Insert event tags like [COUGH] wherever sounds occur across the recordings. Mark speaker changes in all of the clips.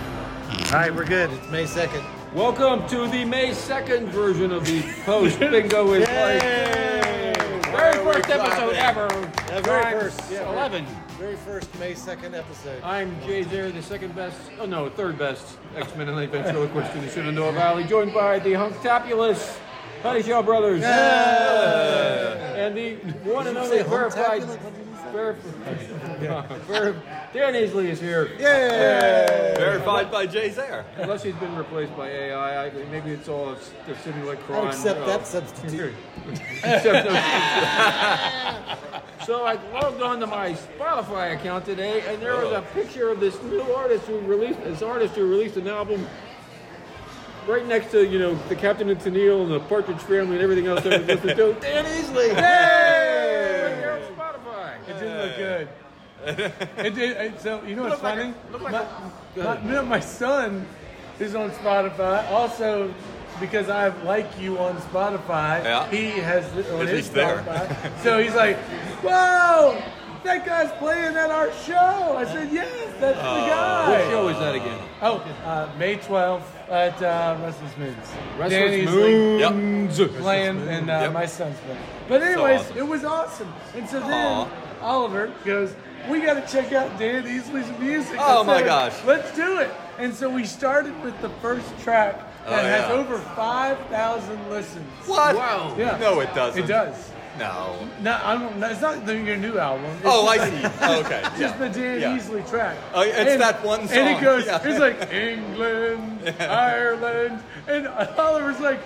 Speaker 1: All right, we're good. It's May 2nd.
Speaker 2: Welcome to the May 2nd version of the Post
Speaker 1: [LAUGHS]
Speaker 2: Bingo and Play. Very first episode ever.
Speaker 1: very
Speaker 2: Times
Speaker 1: first, yeah, very-
Speaker 2: 11.
Speaker 1: Very first May 2nd episode.
Speaker 2: I'm Jay Zare, the second best, oh no, third best X-Men and Late Ventriloquist in the Shenandoah Valley, joined by the Hunctopulous Honey Shell Brothers. And the one and only
Speaker 1: say
Speaker 2: verified...
Speaker 1: Hunctopulous? What did you say?
Speaker 2: [LAUGHS] verified- Dan Easley is here.
Speaker 3: Verified by Jay Zare.
Speaker 2: Unless he's been replaced by AI, I- maybe it's all a, a simulate crime.
Speaker 1: I'll accept
Speaker 2: uh,
Speaker 1: that substitute.
Speaker 2: Except no- [LAUGHS] so I logged on to my Spotify account today, and there was a picture of this new artist who released this artist who released an album right next to you know the Captain and Tennille and the Partridge Family and everything else that was
Speaker 1: [LAUGHS]
Speaker 2: listening to. Dan Easley, hey, right there on Spotify.
Speaker 4: It didn't
Speaker 2: [LAUGHS]
Speaker 4: look good. It did. It, so you know what's
Speaker 2: like a-
Speaker 4: funny?
Speaker 2: looked like a-
Speaker 4: my, my, no, my son is on Spotify. Also, because I like you on Spotify,
Speaker 3: Yeah.
Speaker 4: he has it on
Speaker 3: At
Speaker 4: his
Speaker 3: least there.
Speaker 2: [LAUGHS]
Speaker 4: Spotify. so he's like, "Whoa, that guy's playing at our show." I said, "Yes, that's
Speaker 2: Uh,
Speaker 4: the
Speaker 2: What
Speaker 4: guy."
Speaker 2: show is that again?
Speaker 4: Oh, uh, May twelfth at uh, Restless Moons.
Speaker 2: Restless
Speaker 4: Danny's
Speaker 2: Moon.
Speaker 3: Yep.
Speaker 4: playing and uh,
Speaker 3: Yep.
Speaker 4: my son's playing. But anyways,
Speaker 3: awesome.
Speaker 4: it was awesome. And so then
Speaker 3: Aw.
Speaker 4: Oliver goes, "We got to check out Dan Easley's music."
Speaker 3: Oh
Speaker 4: I
Speaker 3: my
Speaker 4: said,
Speaker 3: gosh.
Speaker 4: Let's do it. And so we started with the first track that
Speaker 3: Oh,
Speaker 4: has
Speaker 3: yeah.
Speaker 4: over five thousand listens.
Speaker 3: What?
Speaker 2: Wow.
Speaker 4: Yeah.
Speaker 3: No, it doesn't.
Speaker 4: It does.
Speaker 3: No.
Speaker 4: No, I don't. No, it's not the, your new album. It's
Speaker 3: Oh, I
Speaker 4: just
Speaker 3: see.
Speaker 4: like-
Speaker 3: okay.
Speaker 4: It's just
Speaker 3: yeah.
Speaker 4: the Dan
Speaker 3: Yeah.
Speaker 4: Easley track.
Speaker 3: Oh, yeah, it's that one
Speaker 4: And it
Speaker 3: song.
Speaker 4: goes,
Speaker 3: Yeah.
Speaker 4: it's
Speaker 3: [LAUGHS]
Speaker 4: like England, Ireland, and Oliver's like,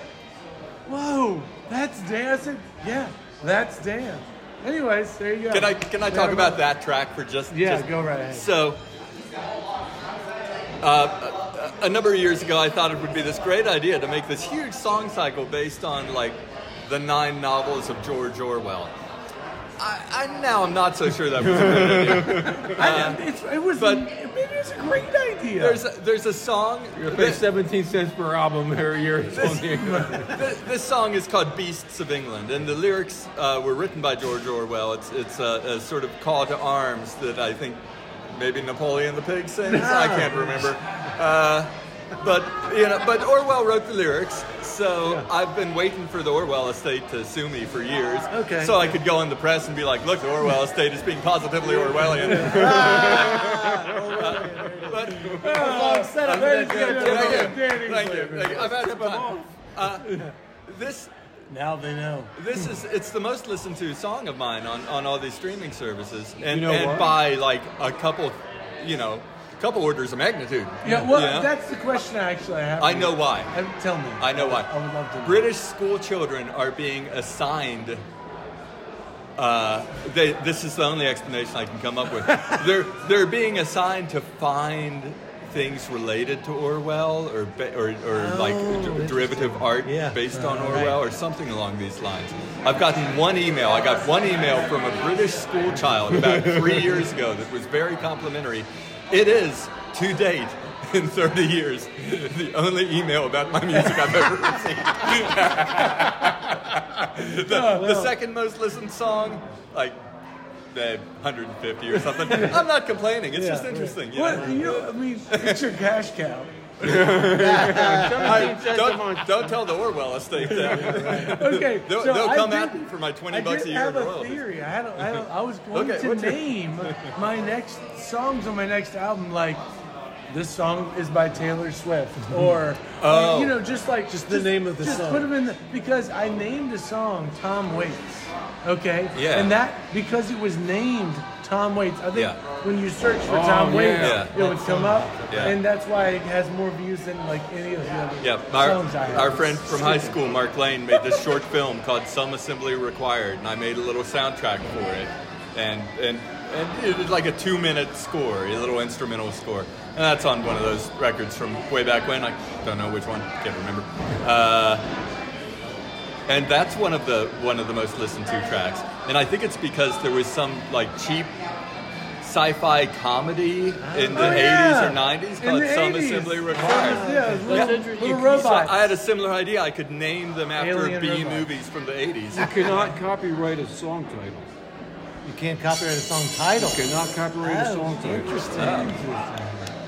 Speaker 4: "Whoa, that's Dan." I said, "Yeah, that's Dan." Anyways, there you go.
Speaker 3: Can I can I
Speaker 4: There
Speaker 3: talk
Speaker 4: we
Speaker 3: about
Speaker 4: go.
Speaker 3: that track for just
Speaker 4: Yeah,
Speaker 3: just-
Speaker 4: go right ahead.
Speaker 3: So, uh, a a number of years ago, I thought it would be this great idea to make this huge song cycle based on like the nine novels of George Orwell. I, I now I'm not so sure that was a good
Speaker 4: I, it's, it was,
Speaker 3: uh, but-
Speaker 4: maybe it was a great idea.
Speaker 3: There's a, there's a song.
Speaker 2: You pay
Speaker 3: that-
Speaker 2: 17 cents per album every
Speaker 3: [LAUGHS]
Speaker 2: year. It's on the-
Speaker 3: Th- this song is called Beasts of England, and the lyrics uh, were written by George Orwell. It's, it's a, a sort of call to arms that I think maybe Napoleon the Pig sings. I can't remember. Uh, but you know, but Orwell wrote the lyrics, so I've been waiting for the Orwell estate to sue me for years.
Speaker 1: Okay.
Speaker 3: So I could go in the press and be like, "Look, the Orwell estate is being positively Orwellian." [LAUGHS] Uh, but
Speaker 4: long setup. There you go.
Speaker 3: Thank you.
Speaker 4: Dan Easley.
Speaker 3: Thank you. Thank you. I've had fun. Uh, this
Speaker 4: Now they know.
Speaker 3: this is it's the most listened to song of mine on, on all these streaming services and,
Speaker 2: You know
Speaker 3: and
Speaker 2: what?
Speaker 3: by like a couple you know couple orders of magnitude
Speaker 4: Yeah, well,
Speaker 3: you know?
Speaker 4: that's the question I actually have.
Speaker 3: i
Speaker 4: for
Speaker 3: know
Speaker 4: you.
Speaker 3: why
Speaker 4: Uh, Tell me.
Speaker 3: i know why
Speaker 4: I would love to. know.
Speaker 3: british school children are being assigned uh, they, this is the only explanation I can come up with. they're they're being assigned to find things related to Orwell or ba- or, or like d- derivative art
Speaker 1: Yeah.
Speaker 3: based on Orwell or something along these lines. I've gotten one email. I got one email from a British school child about three years ago that was very complimentary. It is to date. [LAUGHS] In 30 years, [LAUGHS] the only email about my music I've ever received. the, the second most listened song, like eh, 150 or something. I'm not complaining. It's just interesting. You
Speaker 4: What
Speaker 3: know?
Speaker 4: you know? I mean, it's your cash cow.
Speaker 2: 17 cents a month.
Speaker 3: Don't, don't tell the Orwell estate that.
Speaker 4: Okay,
Speaker 3: [LAUGHS] They'll-
Speaker 4: so
Speaker 3: they'll
Speaker 4: I
Speaker 3: come
Speaker 4: did-
Speaker 3: after you for my 20
Speaker 4: I
Speaker 3: bucks a
Speaker 4: did
Speaker 3: year
Speaker 4: have
Speaker 3: in
Speaker 4: a
Speaker 3: royalties.
Speaker 4: theory. I had a, I, had a,
Speaker 3: [LAUGHS]
Speaker 4: I was going
Speaker 3: Okay,
Speaker 4: to
Speaker 3: what's your-
Speaker 4: name
Speaker 3: [LAUGHS]
Speaker 4: my next songs on my next album, like this song is by Taylor Swift,
Speaker 3: Mm-hmm.
Speaker 4: or
Speaker 3: Oh.
Speaker 4: you know, just like just
Speaker 1: the name of the
Speaker 4: just
Speaker 1: song.
Speaker 4: put 'em in the because I named a song Tom Waits. Okay,
Speaker 3: Yeah.
Speaker 4: and that because it was named Tom Waits. I think
Speaker 3: Yeah.
Speaker 4: when you search for
Speaker 2: Oh,
Speaker 4: Tom Waits,
Speaker 3: yeah.
Speaker 4: it would come up,
Speaker 3: Yeah.
Speaker 4: and that's why it has more views than like any of the other
Speaker 3: Yeah,
Speaker 4: songs I have.
Speaker 3: our, our friend
Speaker 4: It's
Speaker 3: from high
Speaker 4: stupid.
Speaker 3: school, Mark Lane, made this short film called Some Assembly Required, and I made a little soundtrack for it. And, and, and it was like a two minute score, a little instrumental score. And that's on one of those records from way back when. I don't know which one, can't remember. Uh, and that's one of the one of the most listened to tracks and i think it's because there was some like cheap sci-fi comedy in the
Speaker 4: Oh, yeah.
Speaker 3: 80s or 90s
Speaker 4: In
Speaker 3: called
Speaker 4: the
Speaker 3: some
Speaker 4: 80s.
Speaker 3: assembly
Speaker 4: Yeah,
Speaker 3: required
Speaker 4: it's little,
Speaker 2: interesting.
Speaker 4: little
Speaker 2: You-
Speaker 3: So
Speaker 4: robots.
Speaker 3: i had a similar idea i could name them after
Speaker 4: Alien
Speaker 3: b
Speaker 4: robots.
Speaker 3: movies from
Speaker 2: [LAUGHS]
Speaker 3: the 80s
Speaker 2: You cannot copyright a song title.
Speaker 1: You can't copyright a song title.
Speaker 2: Cannot copyright a song title.
Speaker 1: Interesting.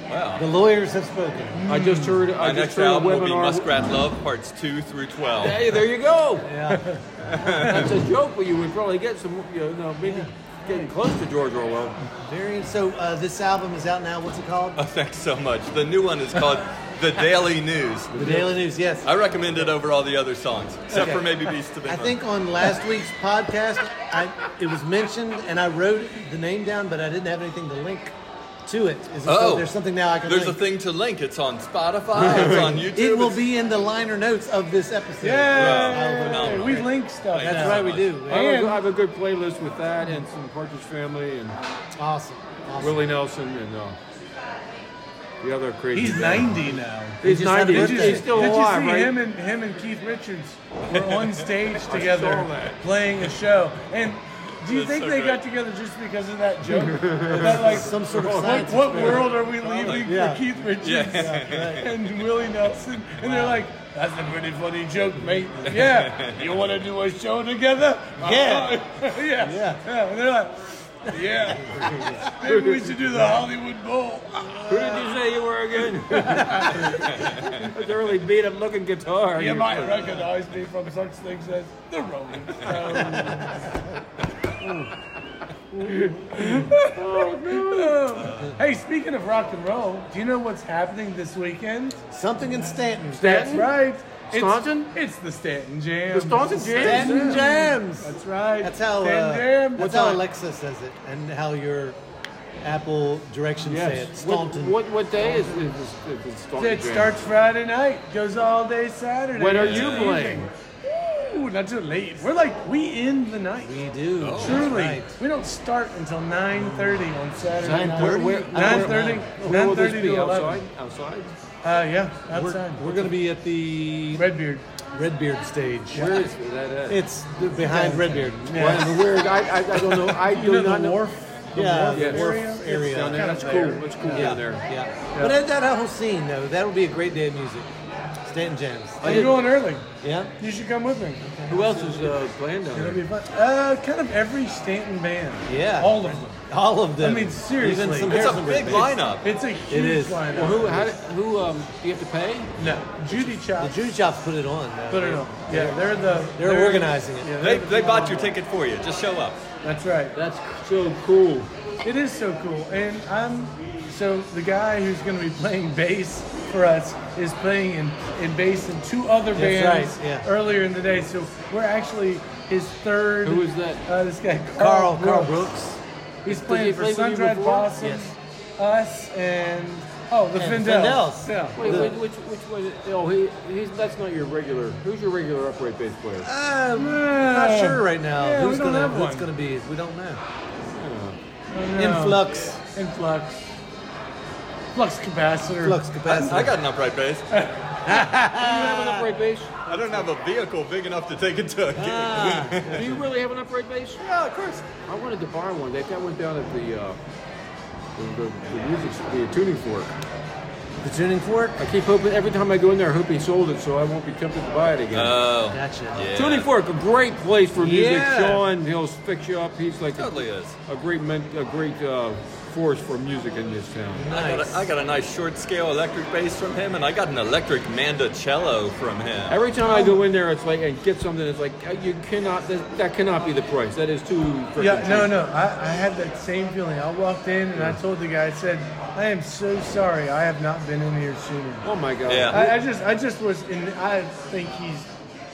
Speaker 1: The
Speaker 3: Wow.
Speaker 1: lawyers have spoken.
Speaker 2: I just heard. I
Speaker 3: My
Speaker 2: just
Speaker 3: next
Speaker 2: heard a
Speaker 3: album will be
Speaker 2: webinar- [LAUGHS]
Speaker 3: Muskrat Love, parts two through twelve.
Speaker 2: Hey, there you go.
Speaker 1: Yeah.
Speaker 2: That's a joke, but you would probably get some. You know, maybe getting close to George Orwell.
Speaker 1: Very. So uh, this album is out now. What's it called?
Speaker 3: Oh, [LAUGHS] thanks so much. The new one is called The Daily News.
Speaker 1: the Daily News. Yes.
Speaker 3: I recommend it over all the other songs, except
Speaker 1: Okay.
Speaker 3: for maybe Beast of the
Speaker 1: I think on last week's podcast, I, it was mentioned, and I wrote the name down, but I didn't have anything to link to it. Is it so
Speaker 3: Oh.
Speaker 1: there's something now I can.
Speaker 3: There's
Speaker 1: link.
Speaker 3: a thing to link. It's on
Speaker 2: [LAUGHS]
Speaker 3: Spotify. It's on YouTube.
Speaker 1: It will
Speaker 3: it's-
Speaker 1: be in the liner notes of this episode.
Speaker 4: Yeah,
Speaker 3: phenomenal.
Speaker 4: we link stuff.
Speaker 3: Thank
Speaker 1: That's
Speaker 3: you so
Speaker 1: right, we
Speaker 3: much.
Speaker 1: do.
Speaker 2: I have,
Speaker 4: And-
Speaker 2: a, I have a good playlist with that and some Partridge Family and
Speaker 1: Awesome. awesome.
Speaker 2: Willie Nelson and uh, the other crazy.
Speaker 4: He's
Speaker 2: guy.
Speaker 4: 90 now.
Speaker 2: He's
Speaker 1: He just had a
Speaker 2: ninety. He's,
Speaker 1: birthday.
Speaker 2: he's still
Speaker 4: Did
Speaker 2: alive,
Speaker 4: you see
Speaker 2: right?
Speaker 4: him and him and Keith Richards were on stage together
Speaker 2: saw that.
Speaker 4: playing a show? And do you
Speaker 3: That's
Speaker 4: think
Speaker 3: so
Speaker 4: they
Speaker 3: great.
Speaker 4: got together just because of that joke? About, like,
Speaker 1: Some sort of
Speaker 4: what,
Speaker 1: science
Speaker 4: what world are we leaving
Speaker 1: Yeah.
Speaker 4: for Keith Richards
Speaker 3: Yeah.
Speaker 4: and Willie Nelson? And they're like, "That's a pretty funny joke, mate." Yeah, you want to do a show together? Yeah, [LAUGHS] yeah, yeah. And they're like, "Yeah,
Speaker 1: [LAUGHS]
Speaker 4: maybe we should do the Hollywood Bowl."
Speaker 2: Who did you say you were again? That's a really beat up looking guitar.
Speaker 4: You
Speaker 2: You-
Speaker 4: might recognize me from such things as the Rolling
Speaker 1: [LAUGHS]
Speaker 4: Stones.
Speaker 1: Oh,
Speaker 4: Hey, speaking of rock and roll, do you know what's happening this weekend?
Speaker 1: Something in Stanton.
Speaker 4: That's
Speaker 2: Stanton?
Speaker 4: right. It's-
Speaker 2: Staunton?
Speaker 4: It's, the Stanton Jam.
Speaker 2: The Staunton Jam?
Speaker 1: Stanton Jams.
Speaker 4: That's right.
Speaker 1: That's how.
Speaker 4: Stanton
Speaker 1: Uh,
Speaker 4: Jam.
Speaker 1: that's how Alexa says it, and how your Apple directions say it.
Speaker 2: Yes. What,
Speaker 1: Staunton.
Speaker 2: what what day is is, is, is Staunton?
Speaker 4: It
Speaker 2: Jam?
Speaker 4: starts Friday night, goes all day Saturday.
Speaker 2: When are
Speaker 4: It's
Speaker 2: you
Speaker 4: amazing.
Speaker 2: playing?
Speaker 4: Ooh, not too late. We're like we end the night.
Speaker 1: We do. that's
Speaker 4: Oh, Truly,
Speaker 1: right.
Speaker 4: we don't start until 9.30 on
Speaker 1: 9:30?
Speaker 4: Saturday night.
Speaker 1: I don't know.
Speaker 4: 9.30?
Speaker 2: Where will this
Speaker 4: 9.30
Speaker 2: be?
Speaker 4: to 11.
Speaker 2: Outside? Outside?
Speaker 4: Uh, yeah, outside.
Speaker 1: We're, we're going to be at the
Speaker 4: Redbeard.
Speaker 1: Redbeard stage.
Speaker 2: Where is that at?
Speaker 1: It's behind Redbeard.
Speaker 2: Well, and where I, I, I don't know. I do
Speaker 4: You know
Speaker 2: not
Speaker 4: the
Speaker 2: know.
Speaker 4: wharf? The
Speaker 1: Yeah,
Speaker 4: wharf
Speaker 2: Yes.
Speaker 4: area?
Speaker 1: wharf
Speaker 4: It's
Speaker 1: area.
Speaker 2: Down there.
Speaker 4: kinda
Speaker 2: That's cool.
Speaker 4: there.
Speaker 2: That's cool
Speaker 1: Yeah.
Speaker 2: down there.
Speaker 1: Yeah. But that, that whole scene, though, that would be a great day of music. Stanton Jams.
Speaker 4: Oh, You're going early.
Speaker 1: Yeah?
Speaker 4: You should come with me.
Speaker 2: Who else is uh, playing down
Speaker 4: It'll
Speaker 2: there?
Speaker 4: be fun. Uh, kind of every Stanton band.
Speaker 1: Yeah.
Speaker 4: All of them.
Speaker 1: All of them.
Speaker 4: I mean, seriously.
Speaker 1: Even some
Speaker 4: It's
Speaker 3: It's a
Speaker 1: Harrison
Speaker 3: big
Speaker 1: Bridges.
Speaker 3: lineup.
Speaker 4: It's a huge
Speaker 1: is.
Speaker 4: lineup.
Speaker 2: Well, who how, did- who um do you have to pay?
Speaker 4: No, Judy
Speaker 1: The
Speaker 4: Chop.
Speaker 1: Jew Shops put it on. though.
Speaker 4: Put it on. Yeah, they're the.
Speaker 1: They're organizing it.
Speaker 4: Yeah,
Speaker 3: They,
Speaker 4: they're-
Speaker 3: they bought your ticket for you. Just show up.
Speaker 4: That's right.
Speaker 2: That's so cool.
Speaker 4: It is so cool. And I'm so the guy who's going to be playing bass for us is playing in, in bass in two other
Speaker 1: That's
Speaker 4: bands
Speaker 1: right, yeah.
Speaker 4: earlier in the day. So we're actually his third.
Speaker 2: Who is that?
Speaker 4: Uh, this guy, Carl.
Speaker 1: Carl, Carl Brooks.
Speaker 4: He's
Speaker 2: he
Speaker 4: playing
Speaker 2: play
Speaker 4: for
Speaker 2: with you
Speaker 4: Sundried
Speaker 2: before?
Speaker 4: Blossom, us, and oh, the
Speaker 1: And
Speaker 4: Fendels.
Speaker 1: Fendels.
Speaker 4: Yeah.
Speaker 2: Wait, wait, which which was it? Oh, he he's that's not your regular. Who's your regular upright bass player?
Speaker 1: Um,
Speaker 4: Yeah.
Speaker 1: not sure right now
Speaker 4: Yeah, we
Speaker 1: who's
Speaker 4: don't
Speaker 1: gonna
Speaker 4: have
Speaker 1: what's
Speaker 4: one.
Speaker 1: gonna be. We don't know.
Speaker 4: Oh, no.
Speaker 1: Influx,
Speaker 4: Influx. Flux capacitor.
Speaker 1: flux
Speaker 3: I,
Speaker 1: capacitor.
Speaker 3: I got an upright bass.
Speaker 2: [LAUGHS] Do you have an upright bass?
Speaker 3: I don't have a vehicle big enough to take it to a gig.
Speaker 2: Ah. Do you really have an upright bass?
Speaker 3: yeah, of course.
Speaker 2: I wanted to buy one. That guy went down at the uh, the, the, the music the tuning fork.
Speaker 1: the tuning fork.
Speaker 2: I keep hoping every time I go in there, I hope he sold it, so I won't be tempted to buy it again.
Speaker 3: Oh.
Speaker 1: Gotcha.
Speaker 3: Yeah.
Speaker 2: Tuning Fork, a great place for music.
Speaker 1: Yeah.
Speaker 2: Sean, he'll fix you up. He's like
Speaker 3: Totally is.
Speaker 2: a great, men, a great uh, force for music in this town.
Speaker 3: I got,
Speaker 1: Nice.
Speaker 3: a, I got a nice short scale electric bass from him, and I got an electric mandocello from him.
Speaker 2: Every time I go in there, it's like and get something. It's like uh, you cannot. That, that cannot be the price. That is too. frickin'
Speaker 4: Yeah, no,
Speaker 2: cheap.
Speaker 4: no. I, I had that same feeling. I walked in and I told the guy, I said, I am so sorry I have not been in here sooner.
Speaker 2: Oh my god.
Speaker 3: Yeah.
Speaker 4: I, I just, I just was, and I think he's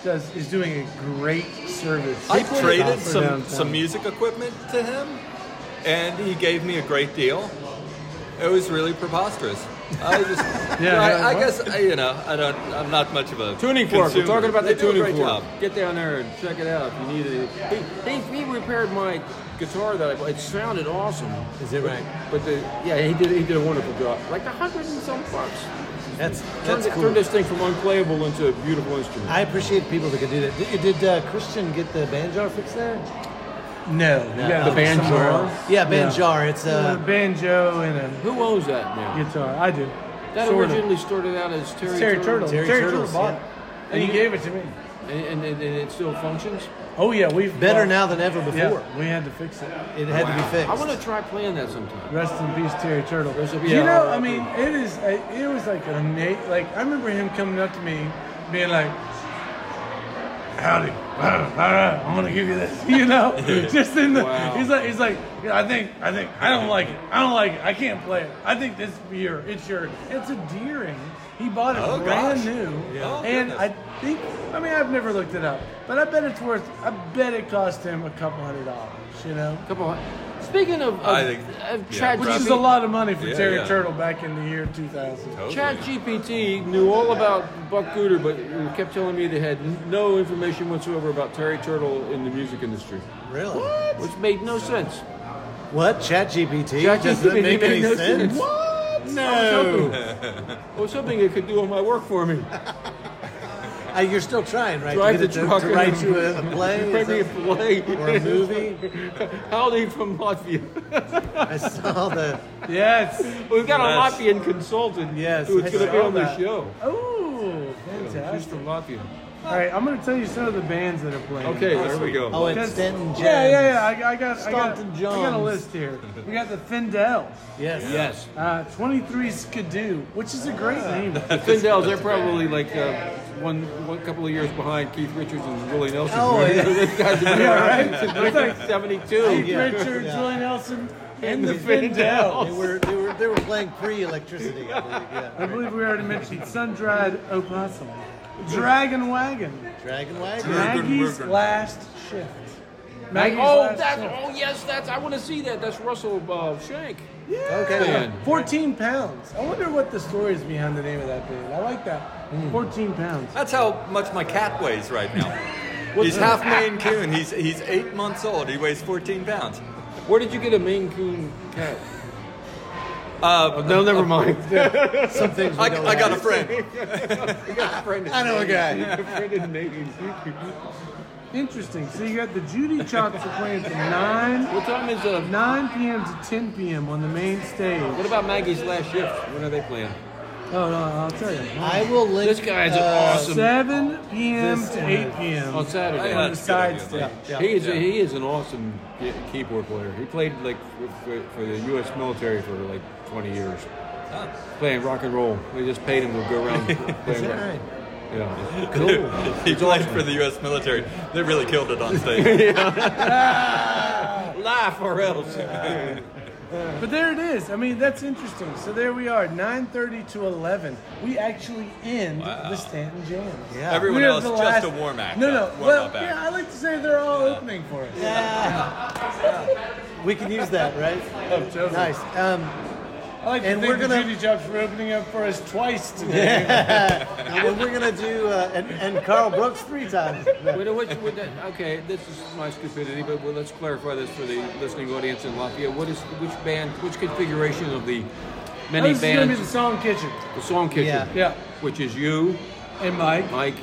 Speaker 4: does is doing a great service.
Speaker 3: I
Speaker 4: for
Speaker 3: traded some,
Speaker 4: downtown.
Speaker 3: some music equipment to him, and he gave me a great deal. It was really preposterous.
Speaker 2: [LAUGHS]
Speaker 3: I just,
Speaker 4: Yeah,
Speaker 3: I,
Speaker 4: yeah,
Speaker 3: I
Speaker 4: what?
Speaker 3: guess I, you know, I don't, I'm not much of a
Speaker 2: Tuning Fork. We're
Speaker 3: consumer.
Speaker 2: talking about
Speaker 3: They
Speaker 2: the
Speaker 3: do a
Speaker 2: tuning
Speaker 3: great
Speaker 2: fork.
Speaker 3: job.
Speaker 2: Get down there and check it out if you need it. He, he, he repaired my guitar that I bought. It sounded awesome.
Speaker 1: Is it right?
Speaker 2: But the, yeah, he did. He did a wonderful job. Like a hundred and some bucks.
Speaker 1: That's
Speaker 2: Turned,
Speaker 1: that's
Speaker 2: it-
Speaker 1: cool.
Speaker 2: turned this thing from unplayable into a beautiful instrument.
Speaker 1: I appreciate people that could do that. Did, did uh, Christian get the banjar fixed there?
Speaker 4: No,
Speaker 1: The
Speaker 2: banjo.
Speaker 1: Yeah, banjar. It's
Speaker 4: a
Speaker 1: uh,
Speaker 4: banjo and a
Speaker 2: Who owns that now?
Speaker 4: guitar. I do.
Speaker 2: That
Speaker 4: Sort of.
Speaker 2: originally started out as Terry,
Speaker 4: Terry Turtle.
Speaker 2: Turtle,
Speaker 1: Terry
Speaker 4: Terry, Turtle
Speaker 1: Turtles,
Speaker 4: bought it,
Speaker 1: yeah.
Speaker 4: and
Speaker 2: And
Speaker 4: he
Speaker 2: you-
Speaker 4: gave it to me.
Speaker 2: And, and, and it still functions.
Speaker 4: Oh yeah, we've
Speaker 1: Better
Speaker 4: well,
Speaker 1: now than ever
Speaker 4: Yeah,
Speaker 1: before.
Speaker 4: we had to fix it.
Speaker 1: It had to be fixed.
Speaker 2: I want to try playing that sometime.
Speaker 4: Rest in peace, Terry Turtle.
Speaker 2: Rest in-
Speaker 4: You
Speaker 2: yeah,
Speaker 4: know,
Speaker 2: R.I.P.
Speaker 4: I mean, it is. It was like a na- like I remember him coming up to me, being like, "Howdy, [LAUGHS] wow, all right, I'm gonna give you this." [LAUGHS] You know, just in the.
Speaker 2: Wow.
Speaker 4: He's like, he's like, "Yeah, I think, I think, I don't like it. I don't like it. I can't play it. I think this beer, it's your, it's a Deering. He bought it
Speaker 3: Oh,
Speaker 4: brand
Speaker 3: gosh.
Speaker 4: new,
Speaker 3: Yeah. Oh,
Speaker 4: and
Speaker 3: goodness.
Speaker 4: I think, I mean, I've never looked it up, but I bet it's worth. I bet it cost him a couple hundred dollars. You know.
Speaker 2: Come on. Speaking of, of,
Speaker 3: I think-
Speaker 2: of
Speaker 3: yeah,
Speaker 2: Chat
Speaker 4: Which
Speaker 3: Right.
Speaker 4: is a lot of money for
Speaker 3: Yeah,
Speaker 4: Terry
Speaker 3: yeah.
Speaker 4: Turtle back in the year
Speaker 3: [LAUGHS]
Speaker 4: 2000.
Speaker 3: Totally.
Speaker 2: ChatGPT knew all about Buck Cooter, but kept telling me they had no information whatsoever about Terry Turtle in the music industry,
Speaker 1: really?
Speaker 2: which made no sense.
Speaker 1: What? Chat GPT?
Speaker 2: Chat
Speaker 1: Does that
Speaker 4: [LAUGHS]
Speaker 2: GPT
Speaker 1: make
Speaker 2: made
Speaker 1: any
Speaker 2: no
Speaker 1: sense?
Speaker 2: sense.
Speaker 1: What?
Speaker 2: was
Speaker 1: No.
Speaker 2: I was hoping it could do all my work for me.
Speaker 1: Uh, you're still trying, right?
Speaker 2: Drive
Speaker 1: to,
Speaker 2: the
Speaker 1: get it
Speaker 2: truck
Speaker 1: to, to
Speaker 2: and-
Speaker 1: write you
Speaker 2: [LAUGHS]
Speaker 1: a, a play? Is
Speaker 2: Maybe a
Speaker 1: that-
Speaker 2: play
Speaker 1: or a movie?
Speaker 2: [LAUGHS] Howdy from Latvia.
Speaker 1: I saw the.
Speaker 4: Yes.
Speaker 2: We've got
Speaker 3: That's-
Speaker 2: a Latvian consultant
Speaker 1: Yes,
Speaker 2: who's
Speaker 1: I
Speaker 2: going to be
Speaker 1: saw
Speaker 2: on the show.
Speaker 4: Oh,
Speaker 2: She's
Speaker 4: fantastic.
Speaker 2: from Latvia.
Speaker 4: All right, I'm going to tell you some of the bands that are playing.
Speaker 2: Okay, there we go.
Speaker 1: Oh, it's
Speaker 4: Because-
Speaker 1: Stanton Jones.
Speaker 4: Yeah, yeah, yeah. I, I got, I got,
Speaker 1: Stompton
Speaker 4: I got a
Speaker 1: Johns.
Speaker 4: list here. We got the Findels,
Speaker 1: Yes.
Speaker 2: Yes.
Speaker 4: uh, 23 Skidoo, which is a great name.
Speaker 2: The Findels, they're probably like uh, one, one couple of years behind Keith Richards and Willie Nelson.
Speaker 1: Oh, yeah.
Speaker 2: [LAUGHS] Those guys have been
Speaker 4: Yeah, right.
Speaker 2: around since 1972.
Speaker 4: Keith
Speaker 1: Yeah.
Speaker 4: Richards,
Speaker 1: Yeah.
Speaker 4: Willie Nelson, and,
Speaker 2: the
Speaker 4: the Findels.
Speaker 1: They were, they were, they were playing pre electricity, I believe.
Speaker 4: I
Speaker 1: Yeah.
Speaker 4: believe we already mentioned Sun Dried Opossum, Dragon Wagon,
Speaker 1: Dragon Wagon.
Speaker 4: Maggie's Last Shift. Maggie's
Speaker 2: Oh,
Speaker 4: Last
Speaker 2: that's,
Speaker 4: Shift.
Speaker 2: oh, yes, that's, I want to see that. That's Russell uh, Shank.
Speaker 4: Yeah.
Speaker 1: Okay.
Speaker 2: Man.
Speaker 4: 14 pounds. I wonder what the story is behind the name of that band. I like that. 14 pounds.
Speaker 3: That's how much my cat weighs right
Speaker 2: [LAUGHS]
Speaker 3: now. he's half Maine Coon. He's he's eight months old. He weighs 14 pounds.
Speaker 2: Where did you get a Maine Coon cat?
Speaker 3: Uh,
Speaker 2: No, never mind.
Speaker 1: Some things we
Speaker 3: I,
Speaker 1: don't
Speaker 3: I got a
Speaker 1: have.
Speaker 3: friend.
Speaker 1: I know a guy.
Speaker 4: Interesting. So you got the Judy Chops are playing from
Speaker 2: [LAUGHS]
Speaker 4: 9,
Speaker 2: What time is uh,
Speaker 4: 9 p.m. to 10 p.m. on the main stage.
Speaker 2: What about Maggie's last shift? When are they playing?
Speaker 4: Oh, no, I'll tell you.
Speaker 1: I will link.
Speaker 2: This guy's an awesome-
Speaker 4: 7 p.m.
Speaker 1: This
Speaker 4: to
Speaker 1: one.
Speaker 4: 8 p.m.
Speaker 2: On Saturday.
Speaker 3: That's a
Speaker 4: on the
Speaker 3: good
Speaker 4: side
Speaker 3: idea.
Speaker 4: stage.
Speaker 1: Yeah.
Speaker 2: He is
Speaker 3: Yeah.
Speaker 2: he is an awesome key- keyboard player. He played like for, for, for the U.S. military for like 20 years, playing rock and roll. They just paid him to go around playing rock.
Speaker 1: Alright.
Speaker 2: Yeah,
Speaker 3: [LAUGHS] he played for the U.S. military. They really killed it on
Speaker 4: [LAUGHS]
Speaker 3: stage.
Speaker 2: laugh or [LAUGHS] else.
Speaker 4: But there it is. I mean, that's interesting. So there we are, 9.30 to 11. We actually end
Speaker 3: Wow.
Speaker 4: the Stanton Jams.
Speaker 1: Yeah.
Speaker 3: Everyone
Speaker 4: We're
Speaker 3: else
Speaker 4: the
Speaker 3: just
Speaker 4: last-
Speaker 3: a warm act.
Speaker 4: No, no.
Speaker 3: up, warm
Speaker 4: well,
Speaker 3: up act.
Speaker 4: yeah, I like to say they're all opening for us.
Speaker 1: We can use that, right?
Speaker 4: Oh, totally.
Speaker 1: Nice. Um,
Speaker 4: I like to
Speaker 1: And
Speaker 4: thank
Speaker 1: we're
Speaker 4: the
Speaker 1: gonna-
Speaker 4: Judy Jobs for opening up for us twice today.
Speaker 1: and we're gonna do uh, and, and Carl Brooks three times.
Speaker 2: Wait, what, what that, okay, this is my stupidity, but well, let's clarify this for the listening audience in Lafayette. What is which band? Which configuration of the many
Speaker 4: this is going to
Speaker 2: bands?
Speaker 4: be the Song Kitchen.
Speaker 2: the song kitchen.
Speaker 1: Yeah.
Speaker 4: Yeah.
Speaker 2: Which is you,
Speaker 4: And Mike.
Speaker 2: Mike,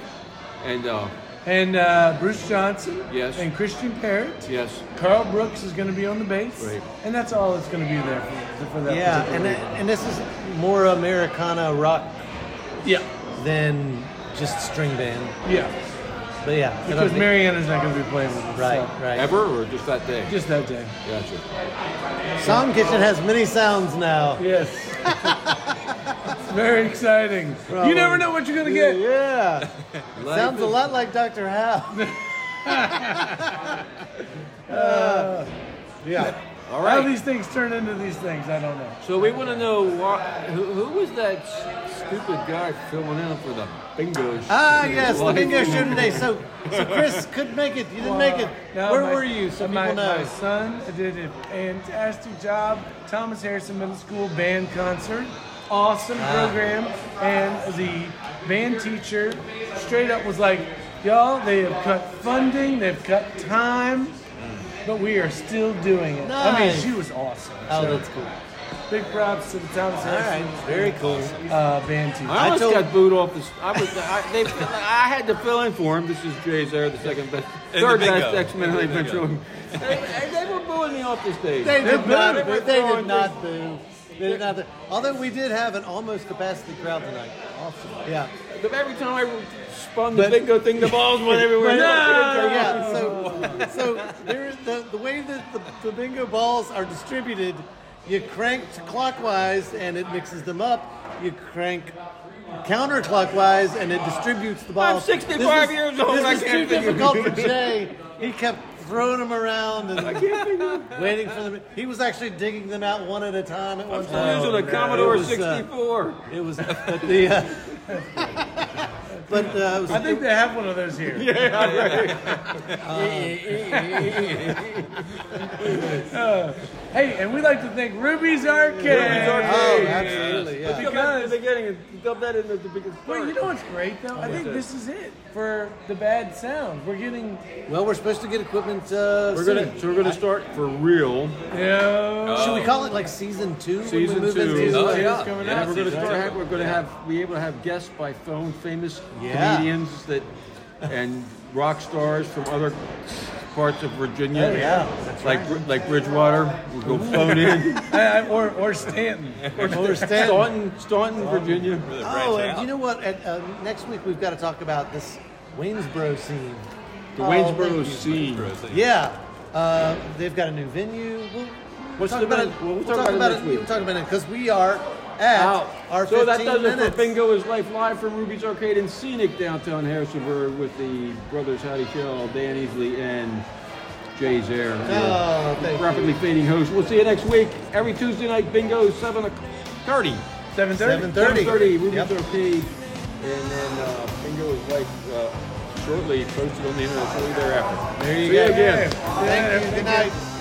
Speaker 2: and uh,
Speaker 4: And uh, Bruce Johnson.
Speaker 2: Yes.
Speaker 4: And Christian Parrott.
Speaker 2: yes,
Speaker 4: Carl Brooks is going to be on the bass.
Speaker 2: Right.
Speaker 4: And that's all that's going to be there for, for that
Speaker 1: Yeah,
Speaker 4: particular
Speaker 1: and
Speaker 4: week.
Speaker 1: and this is more Americana rock
Speaker 4: Yeah.
Speaker 1: than just string band.
Speaker 4: Yeah.
Speaker 1: But yeah, I don't
Speaker 4: Because
Speaker 1: think-
Speaker 4: Mariana's not going to be playing with us.
Speaker 1: Right,
Speaker 4: so.
Speaker 1: right.
Speaker 2: ever or just that day?
Speaker 4: Just that day.
Speaker 2: Gotcha.
Speaker 1: Song Kitchen has many sounds now.
Speaker 4: Yes. [LAUGHS] it's very exciting. You never know what you're going to get.
Speaker 1: Yeah,
Speaker 2: Life
Speaker 1: sounds a
Speaker 2: is-
Speaker 1: lot like Dr. Howe. Uh, yeah,
Speaker 2: All
Speaker 4: How
Speaker 2: right.
Speaker 4: these things turn into these things, I don't know.
Speaker 2: So we want to know why, who, who was that s- stupid guy filling in for the bingo?
Speaker 1: [LAUGHS] ah
Speaker 2: shoot?
Speaker 1: yes, the
Speaker 2: Like-
Speaker 1: bingo show today. So, so Chris could make it. You didn't make it.
Speaker 4: No,
Speaker 1: Where
Speaker 4: my-
Speaker 1: were you? So
Speaker 4: my,
Speaker 1: people know.
Speaker 4: my son did a fantastic job. Thomas Harrison Middle School band concert, awesome
Speaker 1: Ah.
Speaker 4: program, and the band teacher straight up was like, "Y'all, they have cut funding, they've cut time, but we are still doing it." I mean,
Speaker 1: Nice.
Speaker 4: she was awesome.
Speaker 1: Oh,
Speaker 4: So,
Speaker 1: that's cool.
Speaker 4: big props to the Thomas
Speaker 1: All
Speaker 4: Harrison
Speaker 1: right, very cool.
Speaker 4: uh, band teacher.
Speaker 2: I almost
Speaker 1: told-
Speaker 2: got booed off the. s- I was. I, they, I had to fill in for him. This is Jay's there, the second best,
Speaker 3: the
Speaker 2: third
Speaker 3: bingo.
Speaker 2: best X Men
Speaker 3: In the
Speaker 2: they've been
Speaker 3: bingo.
Speaker 2: through. They, they were booing me off the stage.
Speaker 1: They did not.
Speaker 2: booed.
Speaker 1: They did not boo. They did not. Although we did have an almost capacity crowd tonight. Awesome. Yeah.
Speaker 2: The- Every time I spun the
Speaker 1: But-
Speaker 2: bingo thing, the balls went everywhere.
Speaker 1: So, yeah. So, so there, the, the way that the, the bingo balls are distributed, you crank clockwise and it mixes them up. You crank counterclockwise and it distributes the balls.
Speaker 2: 65
Speaker 1: This
Speaker 2: years old,
Speaker 1: This
Speaker 2: I
Speaker 1: was
Speaker 2: can't
Speaker 1: too
Speaker 2: figure-
Speaker 1: difficult for Jay. He kept throwing them around and waiting for them. He was actually digging them out one at a time at one time.
Speaker 2: using a
Speaker 1: It
Speaker 2: Commodore
Speaker 1: was, uh,
Speaker 2: 64.
Speaker 1: It was, but the. Uh, [LAUGHS] But uh, it was
Speaker 4: I think they have one of those [LAUGHS] here. Uh, hey, and we'd like to thank Ruby's Arcade.
Speaker 1: Oh, absolutely, yeah.
Speaker 2: Go back to the beginning and dub that into the biggest
Speaker 4: Well, you know what's great though? I think this is it for the bad sound. We're getting
Speaker 1: Well, we're supposed to get equipment. Uh,
Speaker 2: We're
Speaker 1: soon.
Speaker 2: gonna so we're gonna start for real.
Speaker 4: no.
Speaker 1: Should we call it like season two? when
Speaker 2: Oh. Season
Speaker 1: we move
Speaker 2: two.
Speaker 1: Into,
Speaker 3: Oh,
Speaker 1: uh,
Speaker 3: yeah.
Speaker 4: coming
Speaker 2: And
Speaker 4: out.
Speaker 2: we're gonna
Speaker 4: Season
Speaker 2: start.
Speaker 4: two.
Speaker 2: We're gonna have be able to have guests by phone, famous
Speaker 1: Yeah.
Speaker 2: comedians that and rock stars from other parts of Virginia.
Speaker 1: Oh, yeah. That's
Speaker 2: like like Bridgewater. We'll go phone
Speaker 4: [LAUGHS]
Speaker 2: in
Speaker 4: [LAUGHS] I- I- or or Stanton.
Speaker 2: [LAUGHS]
Speaker 1: Or Stan-
Speaker 2: Staunton, Staunton, Virginia.
Speaker 3: Really
Speaker 1: Oh,
Speaker 3: branching
Speaker 1: and
Speaker 3: out.
Speaker 1: you know what? At, uh, next week we've got to talk about this Waynesboro scene.
Speaker 2: The
Speaker 1: Oh,
Speaker 2: Waynesboro
Speaker 1: thank you.
Speaker 2: scene.
Speaker 1: Yeah, uh, they've got a new venue. We'll,
Speaker 2: What's
Speaker 1: talk
Speaker 2: the
Speaker 1: about
Speaker 2: venue?
Speaker 1: it.
Speaker 2: Well, we'll
Speaker 1: we'll
Speaker 2: talk
Speaker 1: talk
Speaker 2: about it
Speaker 1: about
Speaker 2: next
Speaker 1: it. We'll
Speaker 2: week.
Speaker 1: talk about it because we are at
Speaker 2: Out.
Speaker 1: our 15
Speaker 2: so that does
Speaker 1: minutes.
Speaker 2: it for Bingo is Life live from Ruby's Arcade in scenic downtown Harrisonburg with the brothers Howdy Shell, Dan Easley, and Jay Zaire.
Speaker 1: Oh, thank you.
Speaker 2: rapidly fading host. We'll see you next week. Every Tuesday night, bingo, 7 o'clock. 30.
Speaker 4: Seven thirty.
Speaker 1: 7:30.
Speaker 2: 7:30, Ruby's
Speaker 1: Yep.
Speaker 2: Arcade. And then uh, bingo is like uh, shortly posted on the internet shortly thereafter.
Speaker 1: There you
Speaker 2: see you
Speaker 1: go.
Speaker 2: again.
Speaker 1: Thank you. Good night.